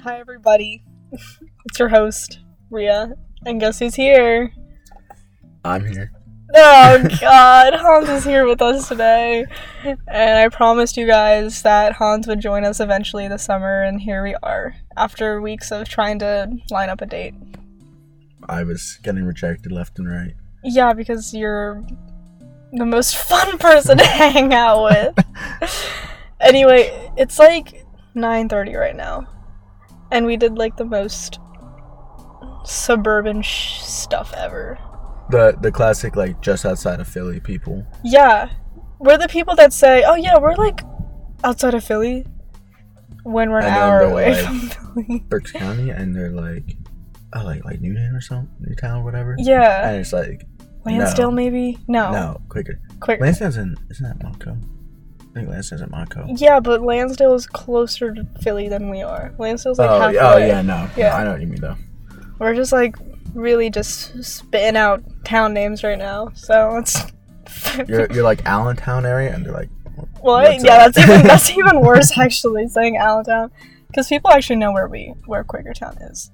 Hi, everybody. It's your host, Ria. And guess who's here? I'm here. Oh, God. Hans is here with us today. And I promised you guys that Hans would join us eventually this summer, and here we are, after weeks of trying to line up a date. I was getting rejected left and right. Yeah, because you're the most fun person to hang out with. anyway, it's like 9:30 right now. And we did like the most suburban sh- stuff ever. The the classic like just outside of Philly people. Yeah. We're the people that say, "Oh yeah, we're like outside of Philly when we're an And then hour they're away like- from Philly." Berks County and they're like oh like like Newton or something, Newtown, whatever. Yeah. Oh. And it's like Lansdale no. maybe? No. no, quicker. Quick. Lansdowne's in isn't that Monco? I think Lansdowne's in Monco. yeah, but Lansdale is closer to Philly than we are. Lansdale's like oh, halfway. yeah, oh yeah, no. Yeah. Yeah. I know what you mean though. We're just like really just spitting out town names right now. So it's You're you're like Allentown area and they're like well, what's yeah, up? that's even that's even worse actually saying Allentown because people actually know where we where Quakertown is.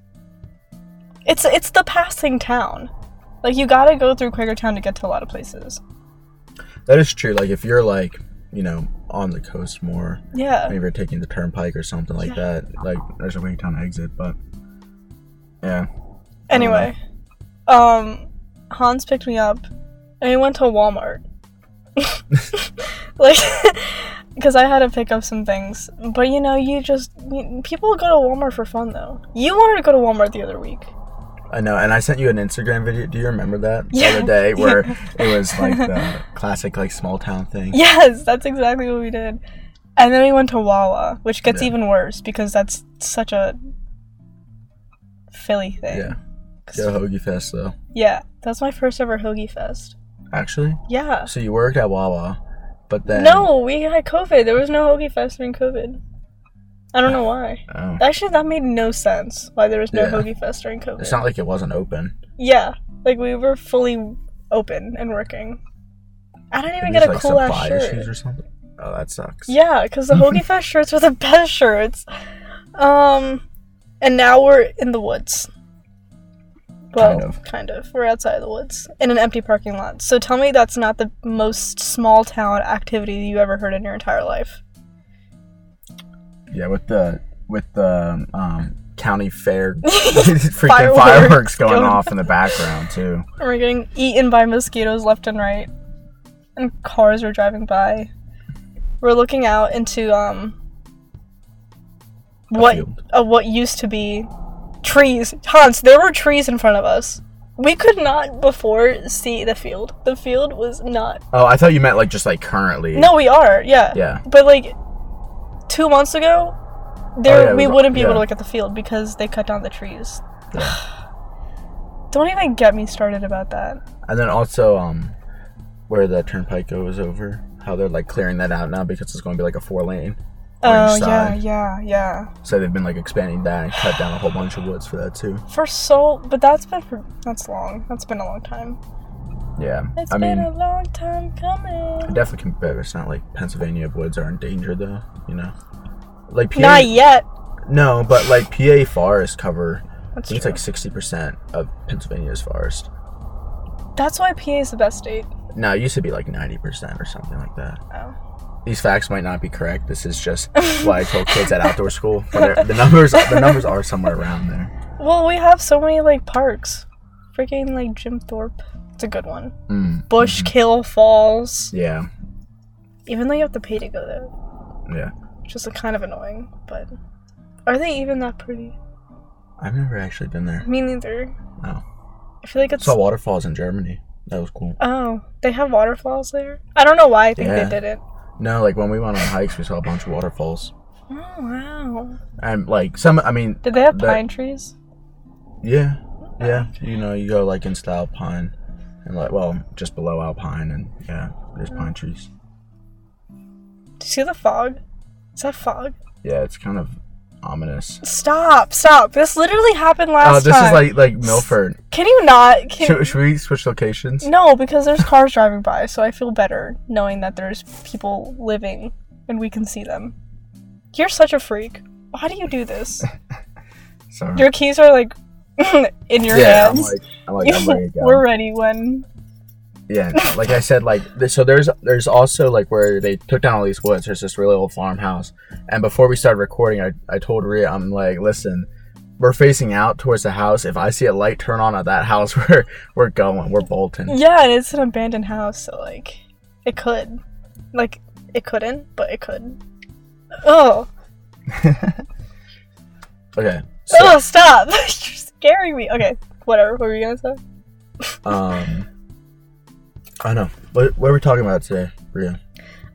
It's it's the passing town. Like you gotta go through Quakertown to get to a lot of places. That is true. Like if you're like, you know, on the coast more, Yeah, maybe you're taking the turnpike or something like that. Like there's a Waytown exit, but yeah. Anyway, um, Hans picked me up, and we went to Walmart. like, because I had to pick up some things. But you know, you just you, people go to Walmart for fun, though. You wanted to go to Walmart the other week. I know, and I sent you an Instagram video. Do you remember that the Yeah. other day where it was like the classic like small town thing? Yes, that's exactly what we did. And then we went to Wawa, which gets Yeah. even worse because that's such a Philly thing. Yeah. 'Cause- Go Hoagie Fest though. yeah, that's my first ever hoagie fest. Actually, Yeah. so you worked at Wawa, but then No, we had COVID. There was no Hoagie Fest during COVID. I don't know why. Oh. Actually, that made no sense why there was no Yeah. Hoagie Fest during COVID. it's not like it wasn't open. yeah, like we were fully open and working. I didn't even Maybe get a it's, like, cool some ass fire shirt. shoes or something. Oh, that sucks. Yeah, because the Hoagie Fest shirts were the best shirts. Um, and now we're in the woods. Well, Kind of. kind of. We're outside of the woods in an empty parking lot. So tell me that's not the most small town activity you ever heard in your entire life. Yeah, with the with the um, county fair freaking Fireworks fireworks, going, going off in the background too. And we're getting eaten by mosquitoes left and right. And cars are driving by. We're looking out into um what field. uh, what used to be trees. Hans, there were trees in front of us. We could not before see the field. The field was not. Oh, I thought you meant like just like currently. No, we are. Yeah. Yeah. But like 2 months ago, there Oh, yeah, it we was- wouldn't be able to yeah. look at the field because they cut down the trees. Don't even get me started about that. And then also, um, where the turnpike goes over, how they're like clearing that out now because it's going to be like a four lane. Oh orange yeah, side. yeah, yeah. So they've been like expanding that and cut down a whole bunch of woods for that too. For so, but that's been for, that's long. That's been a long time. Yeah, It's I been mean, a long time it coming. definitely can better. It's not like Pennsylvania woods are in danger though, you know. Like PA, Not yet. no, but like PA forests cover. I That's think it's true. like sixty percent of Pennsylvania's forest. That's why PA is the best state. No, it used to be like ninety percent or something like that. Oh. These facts might not be correct. This is just what I told kids at outdoor school. But they're- the numbers, the numbers are somewhere around there. Well, we have so many like parks. Freaking like Jim Thorpe. It's a good one. Mm, Bushkill Falls. yeah, Even though you have to pay to go there, yeah. which is like, kind of annoying. But are they even that pretty? I've never actually been there. Me neither. No. I feel like it's. Saw waterfalls in Germany. That was cool. oh, they have waterfalls there. I don't know why I think Yeah. they didn't. No, like when we went on hikes, we saw a bunch of waterfalls. Oh wow. And like some, I mean, Did they have That- pine trees? yeah, yeah. You know, you go like in style pine, and like well, just below alpine, and yeah, there's pine trees. Do you see the fog? Is that fog? Yeah, it's kind of ominous. Stop! Stop! This literally happened last Oh, this time. is like like Milford. Can you not? Can Should, should we switch locations? no, because there's cars driving by, so I feel better knowing that there's people living and we can see them. You're such a freak. Why do you do this? Sorry. Your keys are like in your yeah, I'm hands. like, I'm like, I'm ready to go. We're ready when. yeah, no, like I said, like th- so there's there's also like where they took down all these woods. There's this really old farmhouse, and before we started recording, I I told Rhea, I'm like, listen, we're facing out towards the house. If I see a light turn on at that house, we're we're going, we're bolting. Yeah, and it's an abandoned house, so like, it could, like, it couldn't, but it could. Oh, Okay, so oh, stop! You're scaring me. Okay, whatever. What were you gonna say? um, I know what what are we talking about today, Rhea?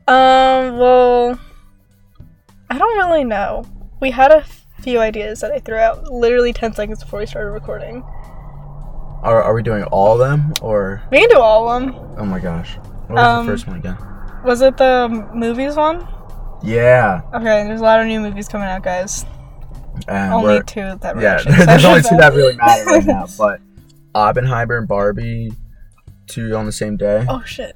Um, well, I don't really know. We had a few ideas that I threw out literally ten seconds before we started recording. Are are we doing all of them or We can do all of them. oh my gosh, what was Um, the first one again? Was it the movies one? Yeah, Okay, there's a lot of new movies coming out, guys. and only we're- two that were Yeah, actually there's only excited two about. that really matter right now. But Oppenheimer and Barbie, two on the same day. Oh shit!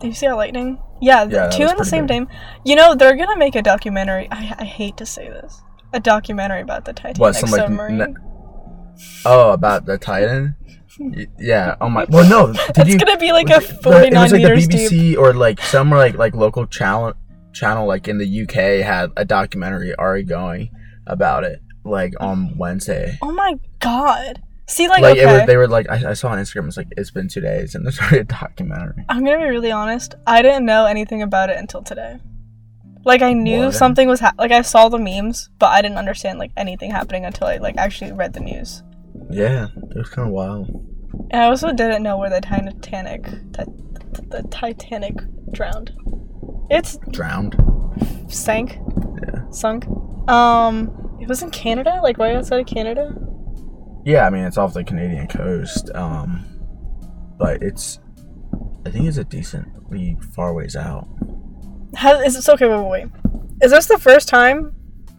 Do you see that lightning? Yeah, Yeah, the that two was in the pretty same big. day. You know they're gonna make a documentary. I, I hate to say this, a documentary about the Titanic What, some, like, submarine. n- Oh, about the Titan. Y- Yeah. Oh my. Well, no. Did it's you? gonna be like a was it- the- It forty-nine was like meters the BBC deep. or like some like like local channel channel like in the UK had a documentary already going about it like on Wednesday. Oh my god! See, like, Like, okay, it was, they were like I, I saw on Instagram it's like it's been two days and there's already a documentary. I'm gonna be really honest. I didn't know anything about it until today. Like I knew What? something was ha- like I saw the memes, but I didn't understand like anything happening until I like actually read the news. Yeah, it was kind of wild. And I also didn't know where the Titanic, the, the Titanic drowned. It's Drowned. sank. Sunk. Um, it was in Canada, like right outside of Canada. Yeah, I mean it's off the Canadian coast, um, but it's I think it's a decently far ways out. How is it? Okay, wait, wait, wait. Is this the first time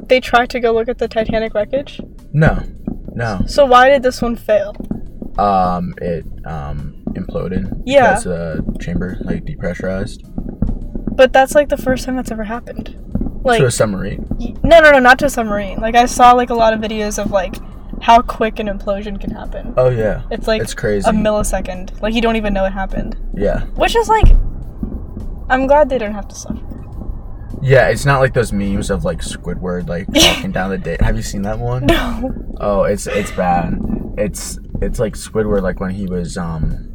they tried to go look at the Titanic wreckage? No, no. So why did this one fail? Um, it um imploded. Yeah. because the chamber like depressurized But that's like the first time that's ever happened. Like, to a submarine. y- no, no, no, not to a submarine. Like I saw like a lot of videos of like how quick an implosion can happen. Oh yeah, It's like it's crazy. a millisecond. Like you don't even know it happened. yeah, Which is like, I'm glad they didn't have to suffer. yeah. It's not like those memes of like Squidward like walking down the day. Have you seen that one? No. Oh, it's it's bad. It's it's like Squidward like when he was um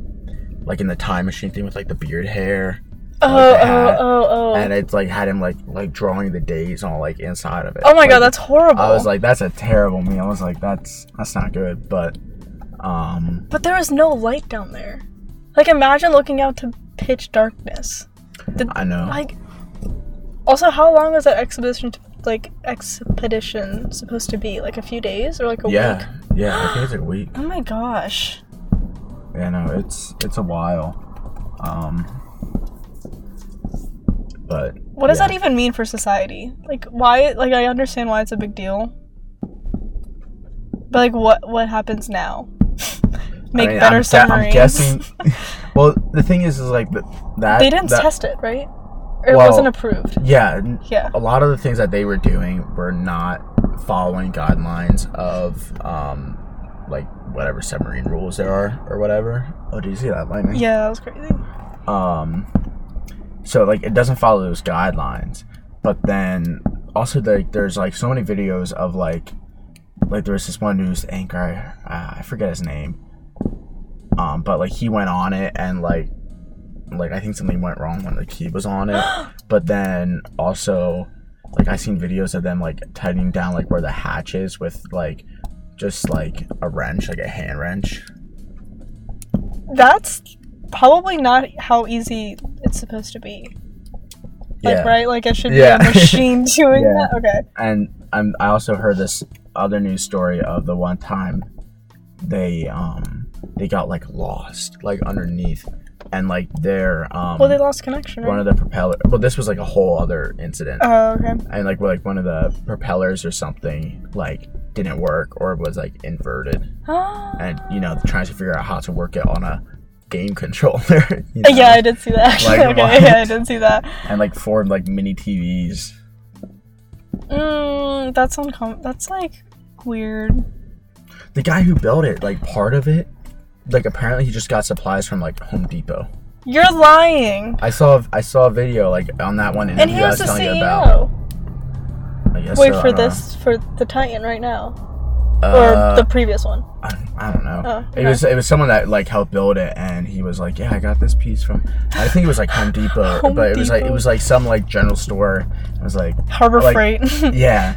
like in the time machine thing with like the beard hair. Oh, they oh, had, oh, oh. and it's like had him like like drawing the days all like inside of it. Oh my god, Like, that's horrible. I was like, that's a terrible meme. I was like, that's that's not good. But um, but there was no light down there. Like, imagine looking out to pitch darkness. I know. Like, also, how long was that exhibition, like, expedition supposed to be? Like, a few days or like a week? yeah, yeah. I think it's a week. Oh my gosh. Yeah, no, it's it's a while. Um, but What does Yeah. that even mean for society? Like, why? Like, I understand why it's a big deal. But, like, what what happens now? Make I mean, better I'm, gu- submarines. I'm guessing. well, the thing is, is like the, that they didn't that- test it, right? Or it Well- wasn't approved. Yeah, n- Yeah. a lot of the things that they were doing were not following guidelines of um like whatever submarine rules there are or whatever. Oh, do you see that lightning? Yeah, that was crazy. Um so like it doesn't follow those guidelines. But then also like there's like so many videos of like like there was this one news anchor, uh, I forget his name. Um but like he went on it and like like I think something went wrong when like he was on it but then also like i seen videos of them like tightening down like where the hatch is with like just like a wrench like a hand wrench That's probably not how easy it's supposed to be. Like, yeah right? Like, it should Yeah. be a machine doing Yeah. that. Okay. and I'm, i also heard this other news story of the one time they um they got like lost like underneath and like their um Well, they lost connection, one right? of the propeller well this was like a whole other incident Oh, okay. and like like one of the propellers or something like didn't work or was like inverted and you know trying to figure out how to work it on a game controller you know, Uh, Yeah, I did see that. Actually. Like, okay, what? yeah, I did see that. and like four like mini tvs Mm, that's uncom. That's like weird. The guy who built it, like part of it, like apparently he just got supplies from like Home Depot. You're lying. I saw I saw a video like on that one And interview I he was was the telling you about. CEO. I guess Wait so, I for don't know. this for the Titan right now Uh, or the previous one. I don't, I don't know. Oh, It okay. was it was someone that like helped build it, and he was like, "Yeah, I got this piece from." I think it was like Home Depot, Home but it was like it Depot. was like some like general store. I was like, Harbor like- Freight. "Yeah,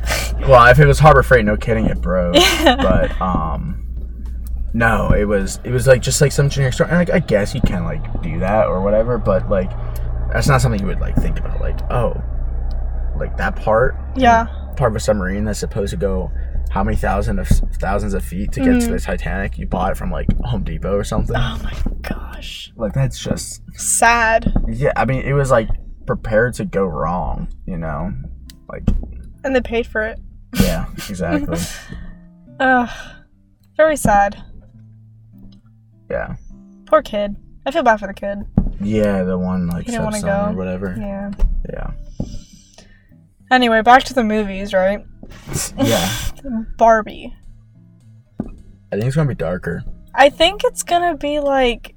well, if it was Harbor Freight, no kidding, it broke." Yeah. But um, no, it was it was like just like some generic store, and like I guess you can like do that or whatever, but like that's not something you would like think about. Like, oh, like that part yeah. part of a submarine that's supposed to go how many thousand of thousands of feet to get to the Titanic? You bought it from like Home Depot or something. Mm-hmm. Oh my gosh. Like that's just Sad. yeah. I mean, it was like prepared to go wrong. You know, like And they paid for it. yeah, exactly. Ugh. Very sad. yeah, Poor kid. I feel bad for the kid. yeah. The one like He didn't wanna subsonic go. or whatever. Yeah. Yeah, Anyway, back to the movies, right? yeah. Barbie. I think it's gonna be darker. I think it's gonna be like.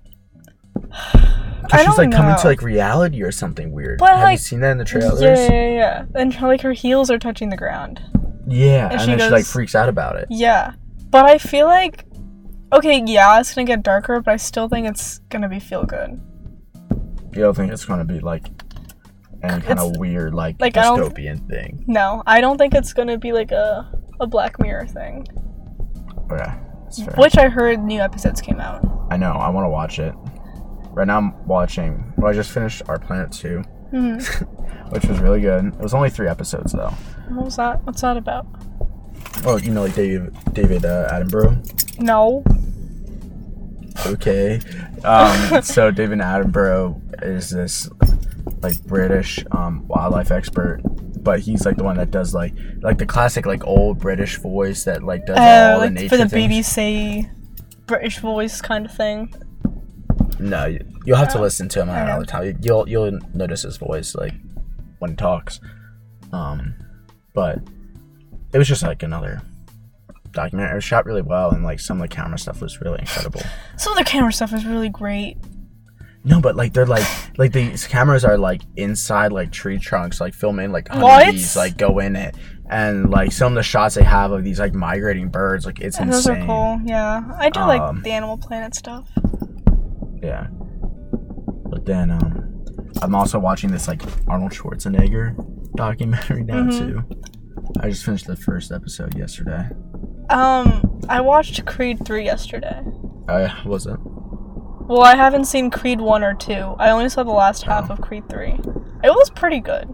I Cause she's don't like coming know. to like reality or something weird. But, Have you like, seen that in the Yeah, trailers? yeah, yeah, yeah. And her, like her heels are touching the ground. Yeah, And and, she then she like goes- freaks out about it. Yeah. But I feel like okay, yeah, it's gonna get darker, but I still think it's gonna be feel good. You don't think it's gonna be like any kind of weird like, like, I don't- dystopian thing? No, I don't think it's gonna be like a a Black Mirror thing. Okay, that's fair. Which I heard new episodes came out. I know. I want to watch it. Right now, I'm watching. Well, I just finished Our Planet Two, Hmm. which was really good. It was only three episodes though. What was that? What's that about? Oh, you know, like David David uh, Attenborough. No. Okay. Um, so David Attenborough is this like British um, wildlife expert, but he's like the one that does like like the classic like old British voice that like does Uh, all the like nature for the things. BBC British voice kind of thing. No, you- you'll have to Oh. listen to him Okay. all the time. You'll you'll notice his voice like when he talks. Um, but it was just like another documentary. It was shot really well, and like some of the camera stuff was really incredible. Some of the camera stuff is really great. No, but like they're like like these cameras are like inside like tree trunks, like filming like What? honeybees like go in it, and like some of the shots they have of these like migrating birds, like it's And those insane. are cool. Yeah. I do Um, like the Animal Planet stuff. Yeah. But then um I'm also watching this like Arnold Schwarzenegger documentary now Mhm. too. I just finished the first episode yesterday. Um, I watched Creed 3 yesterday. I wasn't. Well, I haven't seen Creed 1 or 2. I only saw the last half Oh. of Creed 3. It was pretty good.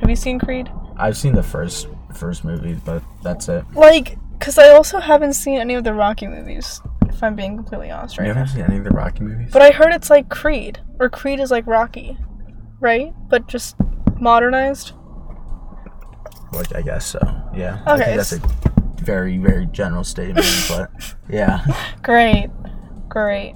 Have you seen Creed? I've seen the first first movie, but that's it. Like, because I also haven't seen any of the Rocky movies, if I'm being completely honest You right now. haven't seen any of the Rocky movies? But I heard it's like Creed, or Creed is like Rocky, right? But just modernized? Like I guess so. Yeah. I Okay, think that's a very, very general statement, but yeah. Great. Great.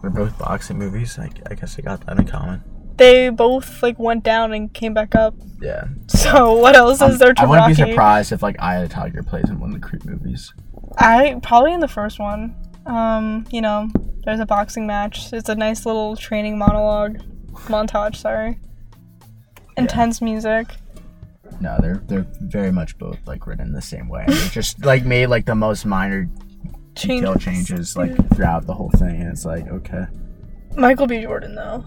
They're both boxing movies. I, I guess I got that in common. They both like went down and came back up. Yeah. So what else is there to I wouldn't Rocky? be surprised if like Eye of the Tiger plays in one of the Creed movies. I probably in the first one. Um, you know, there's a boxing match. It's a nice little training monologue montage, sorry. Intense music. No, they're they're very much both like written the same way. They just like made like the most minor detail Changes. changes like throughout the whole thing, and it's like okay, Michael B. Jordan though.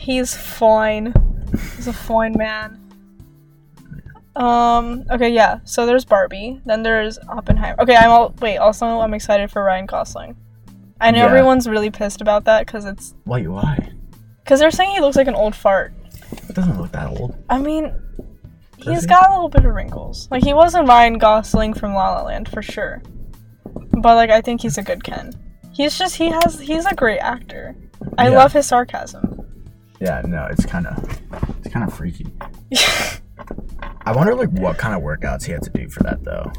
He's fine. He's a fine man. Um, okay, yeah. So there's Barbie, then there's Oppenheimer. Okay, I'm all wait, also I'm excited for Ryan Gosling. I know Yeah. everyone's really pissed about that cuz it's wait, why? cuz they're saying he looks like an old fart. It doesn't look that old. I mean, Does he's he? got a little bit of wrinkles. Like he wasn't Ryan Gosling from La La Land for sure, but like I think he's a good Ken. He's just he has he's a great actor. I Yeah. love his sarcasm. Yeah, no, it's kind of it's kind of freaky. I wonder like what kind of workouts he had to do for that though.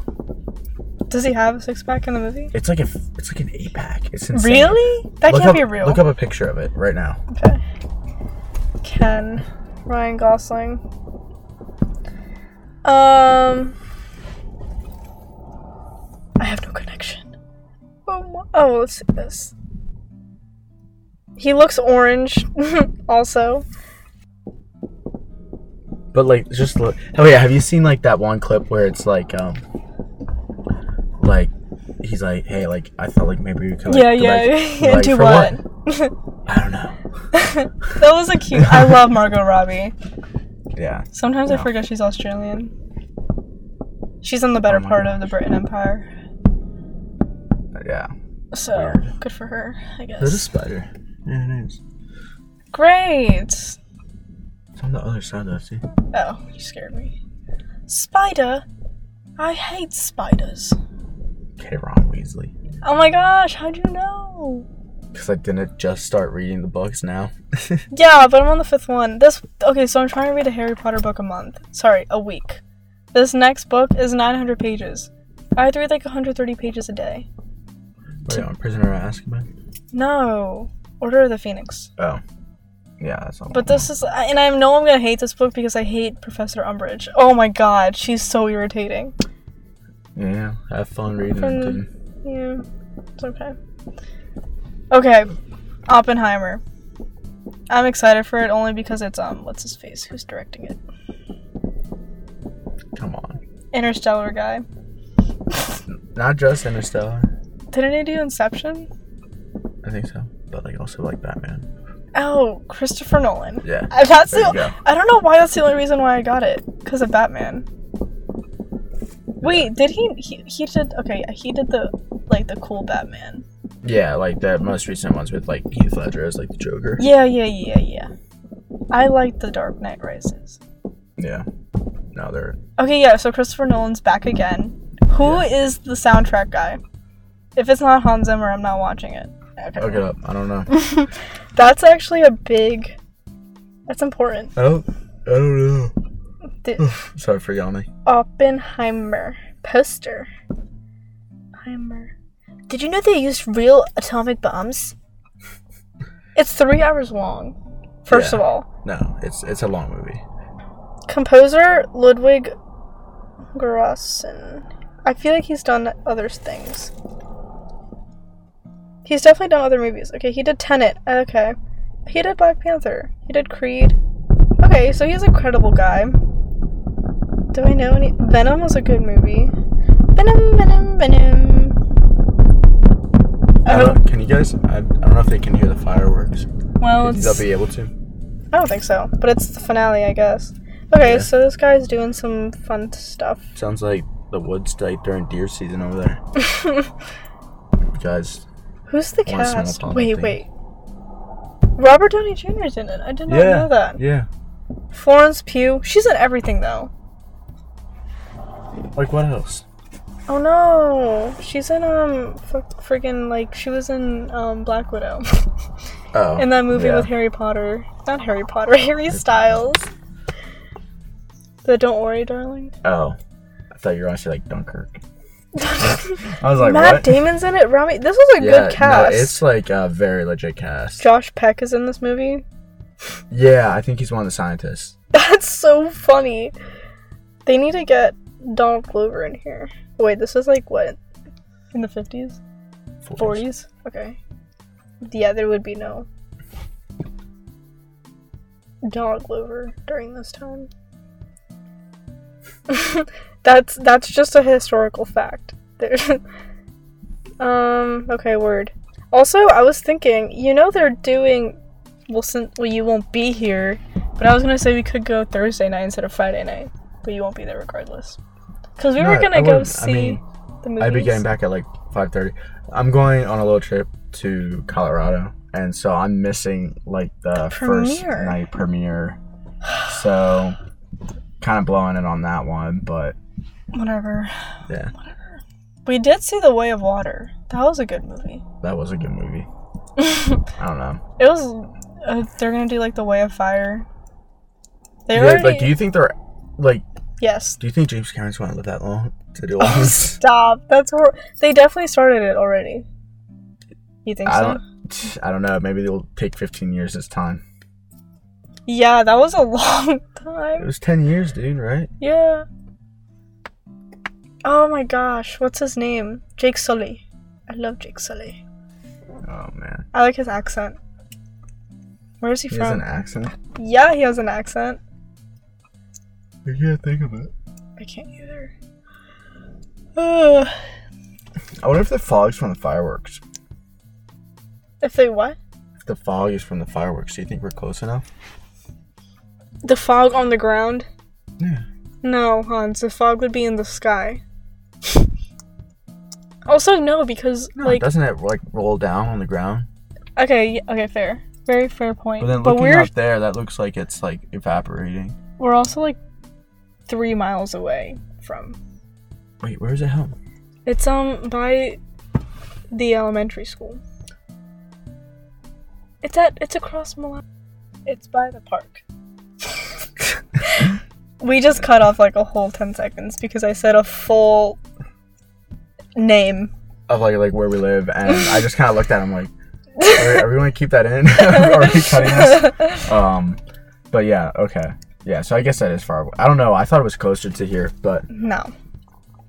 Does he have a six pack in the movie? It's like a f- it's like an eight pack. It's insane. Really? That Look can't up, be real. Look up a picture of it right now. Okay. Ken, Ryan Gosling. Um, I have no connection. Oh, oh let's see this. He looks orange, also. But like, just look. Oh yeah, have you seen like that one clip where it's like, um, like he's like, hey, like I thought like maybe we could. Like, yeah, do, yeah. Like, and like, do for what? I don't know. that was a cute. I love Margot Robbie. Yeah. Sometimes I No. forget she's Australian. She's in the better Oh my part of the Britain Empire, Yeah. so Weird. good for her, I guess. There's a spider. Yeah, it is. Great. It's on the other side though. See. Oh, you scared me. Spider. I hate spiders. Okay, Ron Weasley. Oh my gosh, how'd you know? Because I didn't just start reading the books now. Yeah, but I'm on the fifth one. This okay, so I'm trying to read a Harry Potter book a month. Sorry, a week. This next book is 900 pages. I have to read like 130 pages a day. Wait, on Prisoner of Azkaban. No, Order of the Phoenix. Oh. Yeah, that's all. But this is, I- and I know I'm gonna hate this book because I hate Professor Umbridge. Oh my God, she's so irritating. Yeah, have fun reading From- it. dude. Yeah, it's okay. Okay, Oppenheimer. I'm excited for it only because it's um, what's his face? Who's directing it? Come on. Interstellar guy. Not just Interstellar. Didn't he do Inception? I think so. But like also like Batman. Oh, Christopher Nolan. Yeah. I, that's There you the, go. I don't know why that's the only reason why I got it because of Batman. Wait, did he, he? He did. Okay, yeah, he did the like the cool Batman. Yeah, like the most recent ones with like Heath Ledger as like the Joker. Yeah, yeah, yeah, yeah. I like the Dark Knight Rises. Yeah. Now they're Okay, yeah, so Christopher Nolan's back again. Who is the soundtrack guy? If it's not Hans Zimmer, I'm not watching it. look it up. I don't know. That's actually a big. That's important. I don't. I don't know. The Sorry for yawning. Oppenheimer poster. Heimer. Did you know they used real atomic bombs? It's three hours long, first Yeah. of all. No, it's it's a long movie. composer Ludwig Göransson. I feel like he's done other things. He's definitely done other movies. Okay, he did Tenet. Okay, he did Black Panther. He did Creed. Okay, so he's a credible guy. Do I know any? Venom was a good movie. Venom, Venom, Venom. Oh, I I hope. don't, can you guys? I, I don't know if they can hear the fireworks. Well, Maybe They'll Oh, it's, be able to. I don't think so, but it's the finale, I guess. Okay, Yeah. so this guy's doing some fun stuff. Sounds like the woods like during deer season over there. Guys. Who's the Once Upon a cast? Time, I Wait, think. wait. Robert Downey Jr. is in it. I did not know that. Yeah. Florence Pugh. She's in everything though. Like what else? Oh no, she's in um, f- freaking like she was in um Black Widow Oh. in that movie yeah. with Harry Potter. Not Harry Potter. Harry Styles. The Don't Worry, Darling. Oh. I thought you were gonna say like Dunkirk. I was like, Matt what? Damon's in it. Rami. This was a yeah, good cast. No, it's like a very legit cast. Josh Peck is in this movie. yeah, I think he's one of the scientists. That's so funny. They need to get Donald Glover in here. Wait, this is like what? In the 50s? 40s? Okay. Yeah, there would be no Donald Glover during this time. that's that's just a historical fact. There. um, okay, word. Also, I was thinking, you know they're doing well since well you won't be here, but I was gonna say we could go Thursday night instead of Friday night, but you won't be there regardless. Cause we No, were gonna I go wouldn't. see I mean, the movies. I'd be getting back at like five thirty. I'm going on a little trip to Colorado, and so I'm missing like the, first premiere. night premiere. So, kind of blowing it on that one, but Whatever. yeah, We did see The Way of Water. That was a good movie. that was a good movie. it I don't know. was. Uh, they're gonna do like The Way of Fire. They Yeah, already. like, do you think they're like? yes. Do you think James Cameron's going to live that long to do all Oh, this? stop. That's hor- They definitely started it already. You think I so? don't. I don't know. Maybe they'll take 15 years this time. Yeah, that was a long It time. was 10 years, dude. Right? Yeah. Oh my gosh, what's his name? Jake Sully. I love Jake Sully. Oh man, I like his accent. Where is he, he has from? an accent. yeah, he has an accent. I can't think of it. I can't either. Uh, Ugh. I wonder if the fog's from the fireworks. if they what? If the fog is from the fireworks, do you think we're close enough? The fog on the ground? Yeah. No, Hans, the fog would be in the sky. also, no, because, No, like, doesn't it like roll down on the ground? okay, y- okay, fair. Very fair point. But then But looking we're, up there, that looks like it's like evaporating. we're also, like, three miles away from. Wait, where's it home? It's, um, by the elementary school. It's at, it's across Milan. It's by the park. we just cut off, like, a whole 10 seconds because I said a full name. Of like like where we live, and I just kind of looked at him like, are, are we going to keep that in? are we cutting this? Um, but yeah, okay, yeah. So I guess that is far. Away. I don't know. I thought it was closer to here, but No,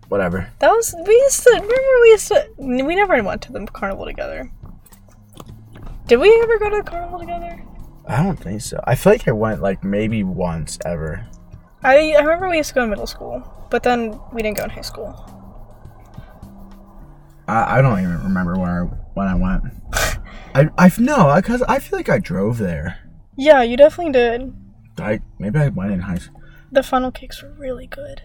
whatever. that was we used to remember we used to we never went to the carnival together. Did we ever go to the carnival together? I don't think so. I feel like I went like maybe once ever. I I remember we used to go in middle school, but then we didn't go in high school. I, I don't even remember where I, when I went. I I no, because I feel like I drove there. Yeah, you definitely did. I maybe I went in high school. The funnel cakes were really good.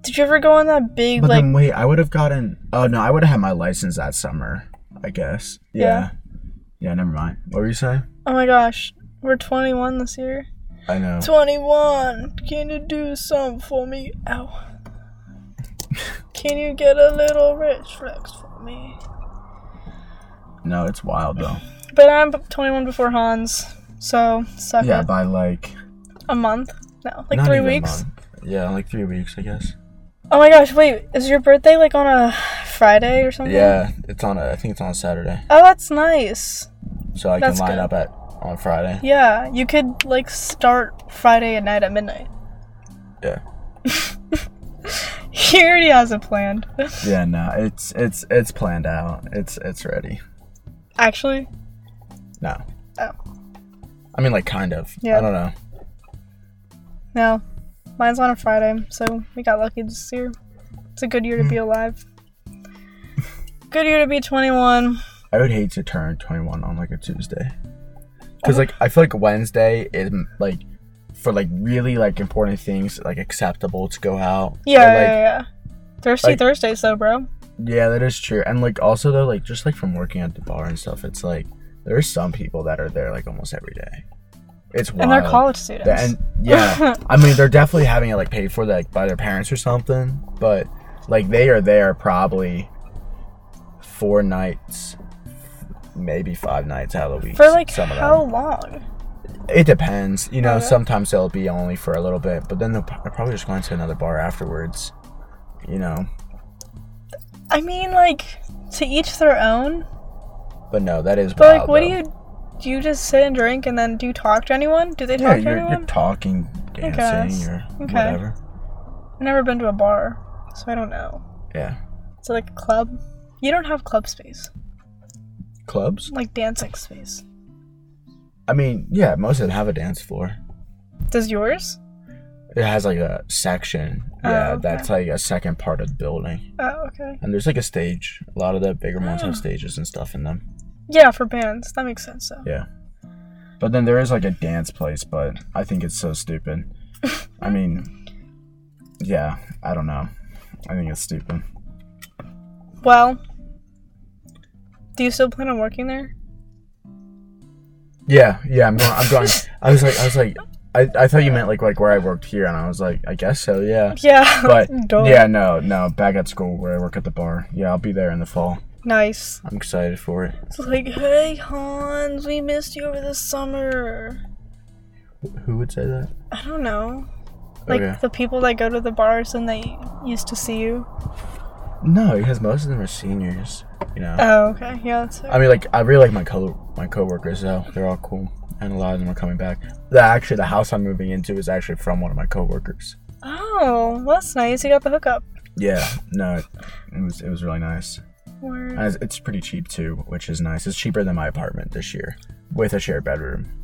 Did you ever go on that big But like? then wait, I would have gotten. Oh no, I would have had my license that summer. I guess. Yeah. Yeah. Yeah. never mind. What were you saying? Oh my gosh, we're 21 this year. I know. 21. Can you do something for me? Ow. Can you get a little rich flex for me? No, it's wild though. But I'm b- 21 before Hans, so suck Yeah, it. by like A month? No, like not three even a weeks. month. Yeah, like three weeks, I guess. Oh my gosh! Wait, is your birthday like on a Friday or something? Yeah, it's on. A, I think it's on a Saturday, Oh, that's nice. so I That's can line good. up at on Friday. Yeah, you could like start Friday at night at midnight. Yeah. He already has it planned. Yeah, no, it's it's it's planned out. It's it's ready. Actually, No. Oh. I mean, like kind of. Yeah. I don't know. no, mine's on a Friday, so we got lucky this year. It's a good year to Hmm. be alive. Good year to be 21. I would hate to turn 21 on like a Tuesday. Cuz like I feel like Wednesday is mm, like for like really like important things like acceptable to go out. Yeah, Or, yeah, like, yeah. Thirsty like- Thursdays, though, bro. yeah, that is true. And like also though like just like from working at the bar and stuff, it's like there's some people that are there like almost every day. It's wild. And they're college students. The- And yeah, I mean they're definitely having it like paid for like by their parents or something, but like they are there probably four nights, maybe five nights out of the week. For like some of them. how Uh-huh. long? It depends, you know. Okay. Sometimes they'll be only for a little bit, but then they'll pro- they're probably just going to another bar afterwards. You know, I mean, like to each their own. but no, that is. But like, wild, what though. do you do? You just sit and drink, and then do you talk to anyone? Do they Yeah, talk to you're, you're anyone? talking, dancing, guess. or Okay. whatever. I've never been to a bar, so I don't know. Yeah, Is it like a club? You don't have club space, clubs. like dancing space. I mean, yeah, most of them have a dance floor. Does yours? It has like a section. Oh, yeah, okay. that's like a second part of the building. Oh, okay. And there's like a stage. A lot of the bigger ones Oh. have stages and stuff in them. Yeah, for bands, that makes sense though. Yeah. But then there is like a dance place, but I think it's so stupid. I mean, yeah, I don't know. I think it's stupid. Well, do you still plan on working there? Yeah, yeah, I'm going. I'm going. I was like, I was like, I, I thought you meant like like where I worked here, and I was like, I guess so, yeah. Yeah. But Duh. yeah, no, no, back at school where I work at the bar. Yeah, I'll be there in the fall. Nice. I'm excited for it. It's like, hey Hans, we missed you over the summer. Who would say that? I don't know. Like Okay. the people that go to the bars and they used to see you. No, because most of them are seniors. You know. Oh, okay. Yeah, that's fair. I mean, like I really like my co my coworkers though. They're all cool, and a lot of them are coming back. The actually the house I'm moving into is actually from one of my coworkers. Oh, well, that's nice. You got the hookup. Yeah, no, it, it was it was really nice. Word. And It's it's pretty cheap too, which is nice. It's cheaper than my apartment this year with a shared bedroom.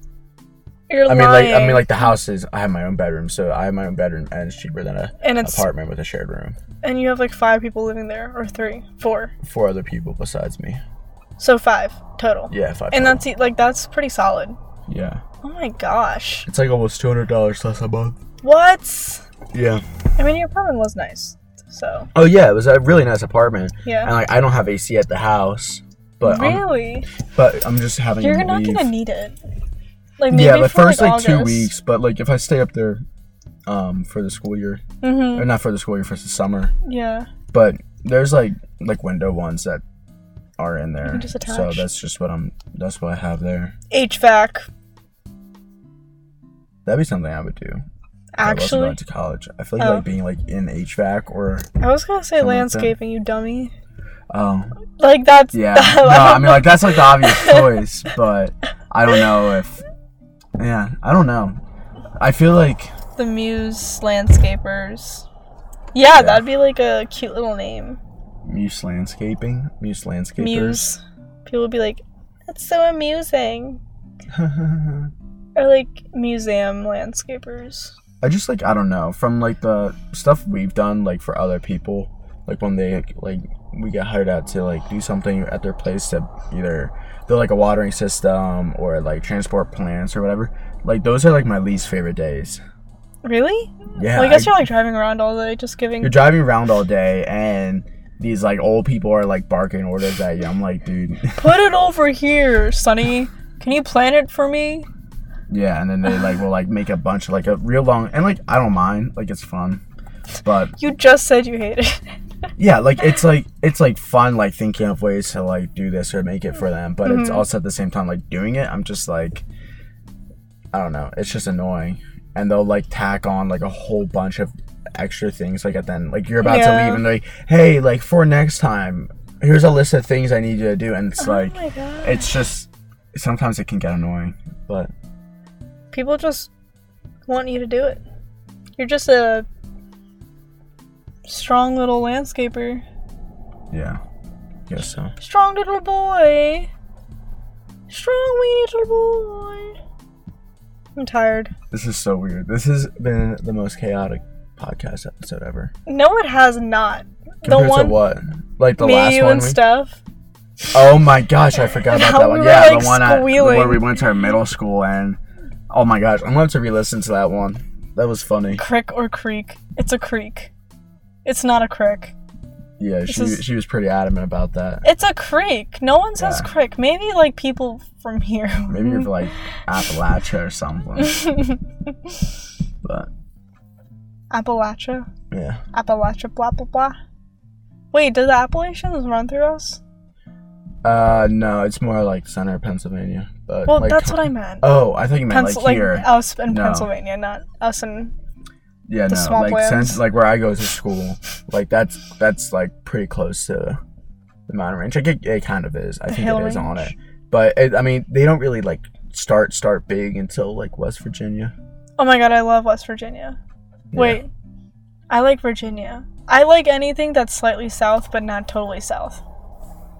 You're I lying. mean, like I mean, like the house is. I have my own bedroom, so I have my own bedroom, and it's cheaper than a and it's apartment with a shared room. and you have like five people living there, or three, four, Four other people besides me. so five total. Yeah, five. And total. that's e, like that's pretty solid. yeah. Oh my gosh. It's like almost two hundred dollars less a month. What? Yeah. I mean, your apartment was nice, so Oh yeah, it was a really nice apartment, and yeah. like I don't have AC at the house, but um, I'm, really, but I'm just having. you're to not leave. gonna need it. Like maybe yeah, but for first like, two August. weeks. But like if I stay up there, um, for the school year, Mhm. or not for the school year, for the summer. Yeah. But there's like like window ones that are in there. can just So attach. that's just what I'm. That's what I have there. HVAC. That'd be something I would do. if I wasn't Actually, going to college. I feel like, Oh. like being like in HVAC or I was gonna say Something like that. landscaping, you dummy. um, Like that's Yeah. that- no, I mean like that's like the obvious choice, but I don't know if Yeah, I don't know. I feel like the Muse landscapers. Yeah, Yeah. that'd be like a cute little name. Muse Landscaping, Muse Landscapers. Muse. People would be like, that's so amusing. Or like museum landscapers. I just like I don't know, from like the stuff we've done like for other people, like when they like we get hired out to like do something at their place to either they're like a watering system or like transport plants or whatever. Like those are like my least favorite days. Really? Yeah. well, I guess I- you're like driving around all day, just giving. You're driving around all day, and these like old people are like barking orders at you. I'm like, dude, Put it over here, Sonny. Can you plan it for me? yeah. And then they like will like make a bunch of like a real long, and like I don't mind, like it's fun, but You just said you hate it. yeah, like it's like it's like fun, like thinking of ways to like do this or make it for them. But it's Mhm. also at the same time like doing it. I'm just like, I don't know. It's just annoying, and they'll like tack on like a whole bunch of extra things like at the end. Like you're about to Yeah. leave, and they're like, hey, like for next time. Here's a list of things I need you to do, and it's like, oh my god. it's just sometimes it can get annoying but People just want you to do it. You're just a strong little landscaper. yeah guess so Strong little boy. Strong wee little boy. I'm tired. this is so weird this has been the most chaotic podcast episode ever No, it has not. compared the one, to what like the me, last you, one and we- stuff. oh my gosh i forgot And about how that we one were, yeah like, the one at, squealing. where we went to our middle school and oh my gosh i'm going to re-listen to that one that was funny Crick or creek? It's a creek. It's not a crick. yeah This she is- she was pretty adamant about that It's a creek. No one says Yeah. crick. Maybe like people from here. maybe you're like appalachia or something but Appalachia. yeah Appalachia. Blah blah blah. Wait, do the Appalachians run through us? uh no it's more like center of pennsylvania but Well, like, that's what I meant. Oh, I thought you meant Pencil- like like, here. us in No. Pennsylvania, not us in yeah, the no, like swamplands. since like where I go to school, like that's that's like pretty close to the mountain range. Like it, it kind of is. I The think hill it is on it, range. but it, I mean they don't really like start start big until like West Virginia. Oh my god, I love West Virginia. Yeah. Wait, I like Virginia. I like anything that's slightly south, but not totally south.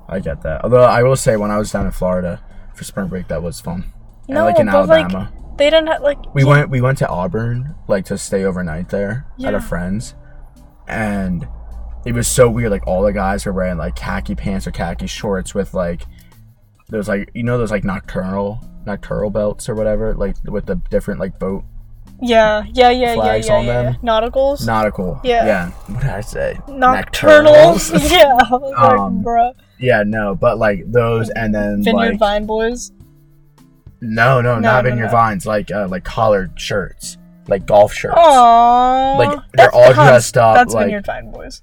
I get that. Although I will say when I was down in Florida for spring break, that was fun. And, No, like in but like Alabama, they don't have like. we yeah, went we went to Auburn like to stay overnight there at Yeah. a friend's, and it was so weird. Like all the guys were wearing like khaki pants or khaki shorts with like those like you know those like nocturnal nocturnal belts or whatever like with the different like boat Yeah, yeah, yeah, yeah, flags yeah, on yeah. them. Nauticals. nautical. Yeah. Yeah. What did I say? Nocturnals. Nocturnals. yeah. I was like, Um, bruh. Yeah. No, but like those and then Vineyard like Vine Boys. no no No, not no, in your no. vines like uh, like collared shirts like golf shirts. Aww. Like they're all dressed up That's like Vineyard Vine Boys.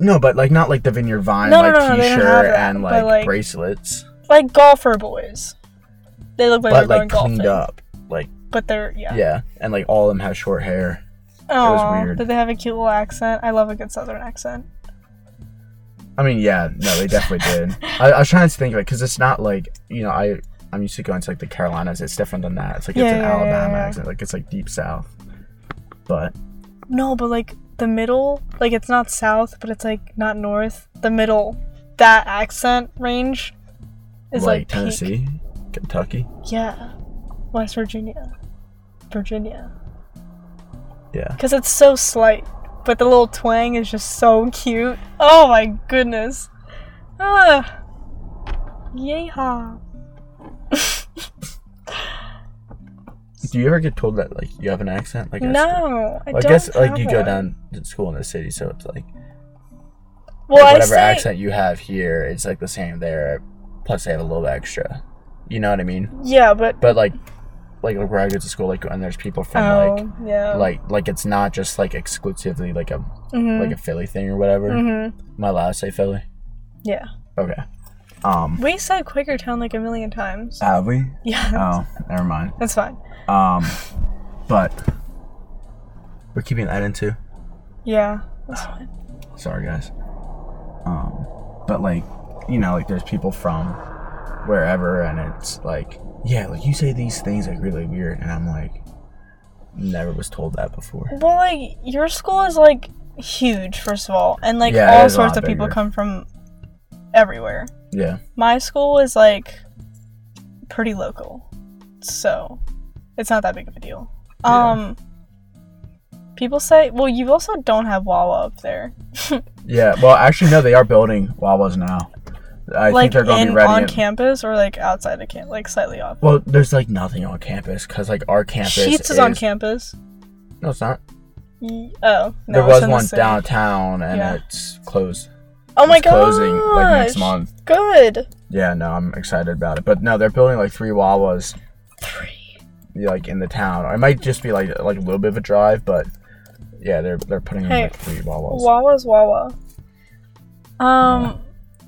No, but like not like the Vineyard Vine No, no, like no, no, they don't t-shirt have that, and but, like, like, bracelets, Like golfer boys. They look like but they're like going cleaned golfing. up, like But they're yeah. yeah. and like all of them have short hair. Oh, was weird. Did they have a cute little accent? I love a good southern accent. I mean, yeah, no, they definitely did. I, I was trying to think like because it's not like you know I I'm used to going to like the Carolinas. It's different than that. It's like Yeah, it's an yeah, yeah, Alabama yeah. accent, like it's like deep south. But No, but like the middle, like it's not south, but it's like not north. The middle, that accent range is like, like, peak. Tennessee, Kentucky. Yeah, West Virginia, Virginia, Yeah. because it's so slight, but the little twang is just so cute. Oh my goodness! Ah, yeehaw! Do you ever get told that like you have an accent? Like at school? No, I, Well, I, don't guess like have you go one. down to school in the city, so it's like Well, I whatever say, accent you have here, it's like the same there. Plus, they have a little extra. You know what I mean? yeah, but But like, like where I go to school, like and there's people from oh, like, yeah, like, like it's not just like exclusively like a hmm like a Philly thing or whatever. hmm Am I allowed to say Philly? yeah. Okay. Um. We said Quakertown like a million times. Have we? yeah, Oh, never mind. that's fine. Um, but we're keeping that in too. Yeah, that's fine. Sorry, guys. Um, but like, you know, like there's people from wherever, and it's like, yeah, like you say these things like really weird, and I'm like, never was told that before. Well, like your school is like huge, first of all, and like Yeah, it all is a sorts of lot people bigger. come from everywhere. Yeah, My school is like pretty local, so it's not that big of a deal. Yeah. Um, people say, well, you also don't have Wawa up there, yeah. Well, actually, no, they are building Wawa's now. I like think they're going to in be ready. on in- campus or like outside of camp, like slightly off. well, there's like nothing on campus because like our campus Sheets is, on campus. No, it's not. Y- Oh, no, there it's was in the one city. downtown, and Yeah. it's closed. Oh my it's closing like next gosh. month. Good. Yeah, no, I'm excited about it. But no, they're building like three Wawas Three. like in the town. It might just be like like a little bit of a drive, but yeah, they're they're putting in Hey, like three Wawas. Wawa's Wawa. Um,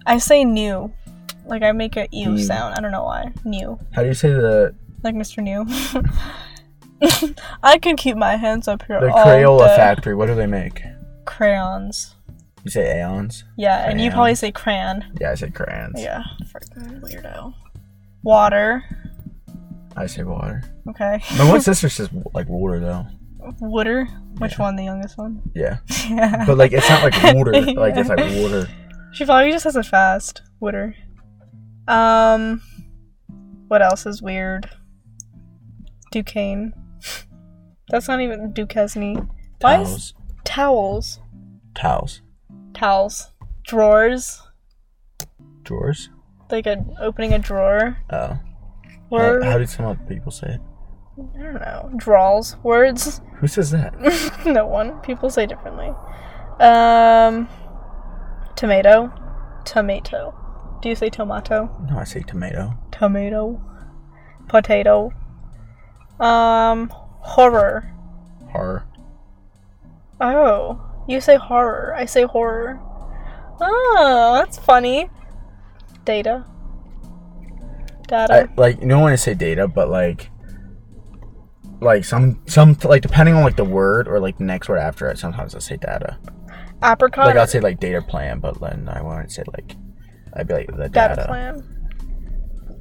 I say new. Like I make a ew New. sound. I don't know why. New. How do you say the Like Mr. New. I can keep my hands up here. the all Crayola day. factory? What do they make? Crayons. You say aeons? Yeah, and you probably say crayon. Yeah, I say crayons. Yeah. Freaking weirdo. Water. I say water. Okay. My one sister says like water though. Water. Which Yeah. one? The youngest one. Yeah, Yeah. but like it's not like water. Like it's like water. She probably just has a fast Witter. Um, what else is weird? Duquesne. That's not even Duquesne. Why is Towels. towels? Towels. Towels. Drawers. Drawers. Like a opening a drawer. Oh. How, Word. how do some other people say it? I don't know. Draws. Words. Who says that? no one. People say differently. Um, tomato. Tomato. Do you say tomato? No, I say tomato. tomato, potato, um, horror. Horror. Oh, you say horror. I say horror. Oh, that's funny. Data. I, Data. like you don't want to say data, but like like some some like depending on like the word or like the next word after it, sometimes I'll say data. Apricot. Like I'll say like data plan, but then I want to say like I'd be like the data, data. plan.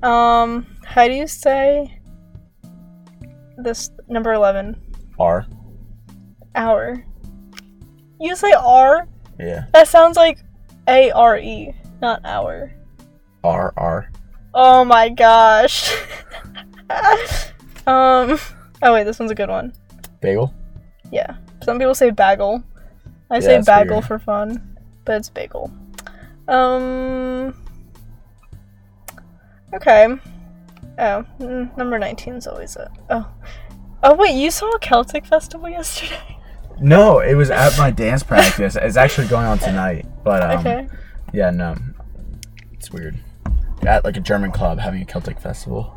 Um, how do you say this number 11? R. Hour. You say R? Yeah. That sounds like A R E, not hour. R R. Oh my gosh. um. Oh wait, this one's a good one. Bagel. Yeah. Some people say bagel. I Yeah, say that's bagel weird. for fun, but it's bagel. Um. Okay. Oh, mm, number 19 is always a. Oh. Oh wait, you saw a Celtic festival yesterday? No, it was at my dance practice. It's actually going on tonight, but um, okay. yeah, no, it's weird. At like a German club having a Celtic festival.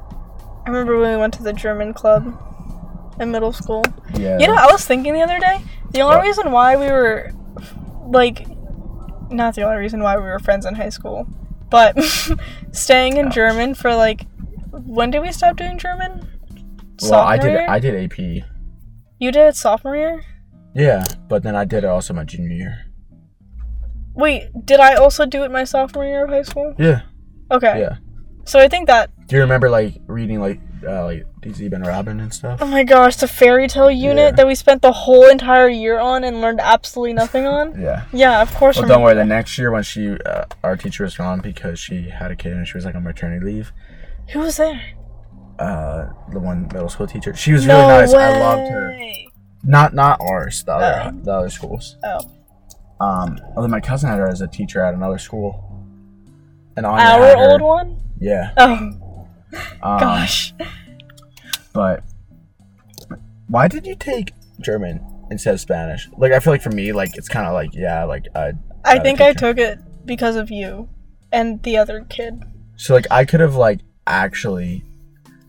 I remember when we went to the German club in middle school. Yeah. You know, I was thinking the other day, the only What? reason why we were, like, not the only reason why we were friends in high school, but staying in Ouch. German for, like, when did we stop doing German? well, I did Sophomore year? I did AP. You did it sophomore year? Yeah, but then I did it also my junior year. Wait, did I also do it my sophomore year of high school? Yeah. Okay. Yeah. So I think that, Do you remember like reading like uh, like DZ Ben Robin and stuff. Oh my gosh, the fairy tale unit Yeah. that we spent the whole entire year on and learned absolutely nothing on. Yeah. Yeah, of course. Well, don't worry. The next year, when she, uh, our teacher was gone because she had a kid and she was like on maternity leave. Who was there? Uh, the one middle school teacher. She was really nice. I loved her. way. Not not ours. The other Oh. the other schools. Oh, Um, although my cousin had her as a teacher at another school. And Anya our had her- old one. Yeah. Oh Um, gosh, But why did you take German instead of Spanish? Like, I feel like for me, like it's kind of like yeah, like I. I another think I teacher. took it because of you and the other kid. So like I could have like actually,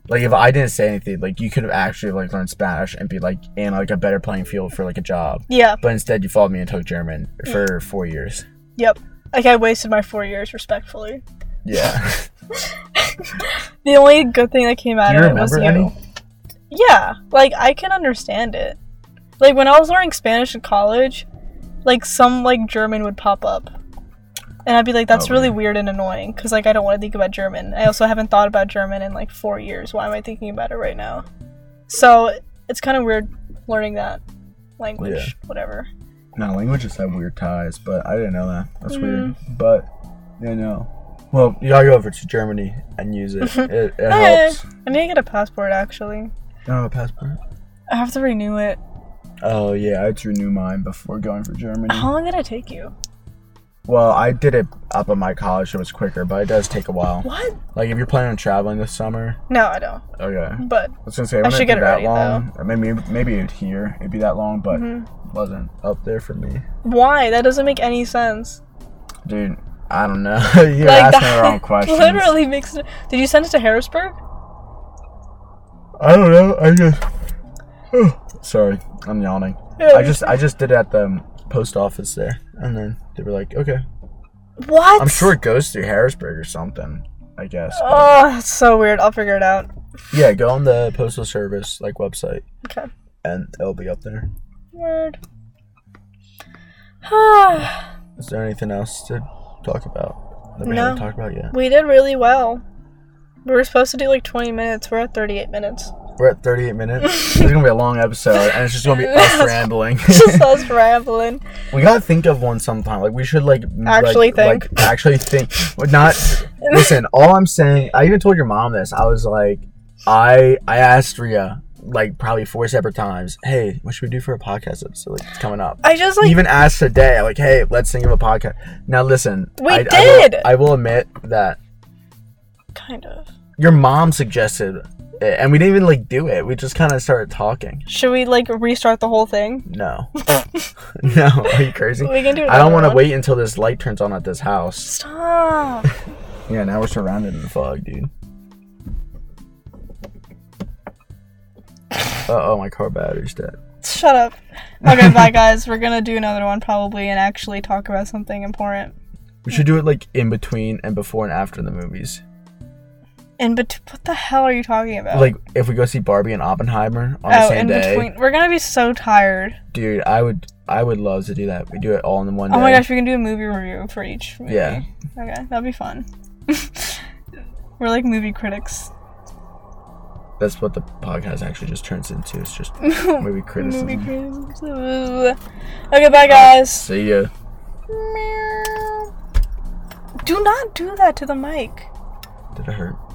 like if I didn't say anything, like you could have actually like learned Spanish and be like in like a better playing field for like a job. Yeah. But instead, you followed me and took German for four years. Yep. Like I wasted my four years respectfully. Yeah. The only good thing that came out Do you of it was remember you. any? Yeah, like I can understand it. Like when I was learning Spanish in college, like some like German would pop up. And I'd be like, that's Oh, really weird and annoying because like I don't want to think about German. I also haven't thought about German in like four years. Why am I thinking about it right now? So it's kind of weird learning that language, whatever. No, languages have weird ties, but I didn't know that. That's Mhm. weird. But you know, well, you gotta go over to Germany and use it. it it Hey. helps. I need to get a passport actually. Oh, passport. I have to renew it. Oh yeah, I had to renew mine before going for Germany. How long did it take you? Well, I did it up at my college. It was quicker, but it does take a while. What? Like if you're planning on traveling this summer. No, I don't. Okay. I But was gonna say it wouldn't should be get it that ready, long. Or Maybe maybe it here it'd be that long, but mhm. it wasn't up there for me. why? That doesn't make any sense. Dude, I don't know. you're asking the wrong questions. Literally makes. it- Did you send it to Harrisburg? I don't know. I just. Sorry, I'm yawning. Yeah. I just I just did it at the um, post office there, and then they were like, okay. What? I'm sure it goes through Harrisburg or something. I guess. but- Oh, that's so weird. I'll figure it out. Yeah, go on the postal service like website, Okay. and it'll be up there. Word. Ah, Is there anything else to talk about that we No. haven't talked about yet? we did really well. We were supposed to do like 20 minutes. We're at 38 minutes. We're at 38 minutes. It's gonna be a long episode, and it's just gonna be us rambling. Just us rambling. we gotta think of one sometime. Like we should like m- Actually like, think. like, actually think. But not listen. All I'm saying, I even told your mom this. I was like, I I asked Ria like probably four separate times. Hey, what should we do for a podcast episode? Like, it's coming up. I just like. even asked today, like, hey, let's think of a podcast. Now listen, We I, did! I will, I will admit that kind of. your mom suggested it, and we didn't even like do it. We just kind of started talking. Should we like restart the whole thing? No, no, are you crazy? We can do I don't another want to one. wait until this light turns on at this house. Stop. Yeah, now we're surrounded in fog, dude. Uh oh, my car battery's dead. Shut up. Okay, bye guys. We're gonna do another one probably and actually talk about something important. We should do it like in between and before and after the movies. In bet what the hell are you talking about? Like if we go see Barbie and Oppenheimer on the oh, same in day. between. We're gonna be so tired. Dude, I would I would love to do that. We do it all in one day. Oh my gosh, we can do a movie review for each movie. Yeah. Okay, that'd be fun. We're like movie critics. That's what the podcast actually just turns into. It's just movie criticism. Uh, Movie critics. Ugh. Okay, bye guys. See ya. Meow. Do not do that to the mic. Did it hurt?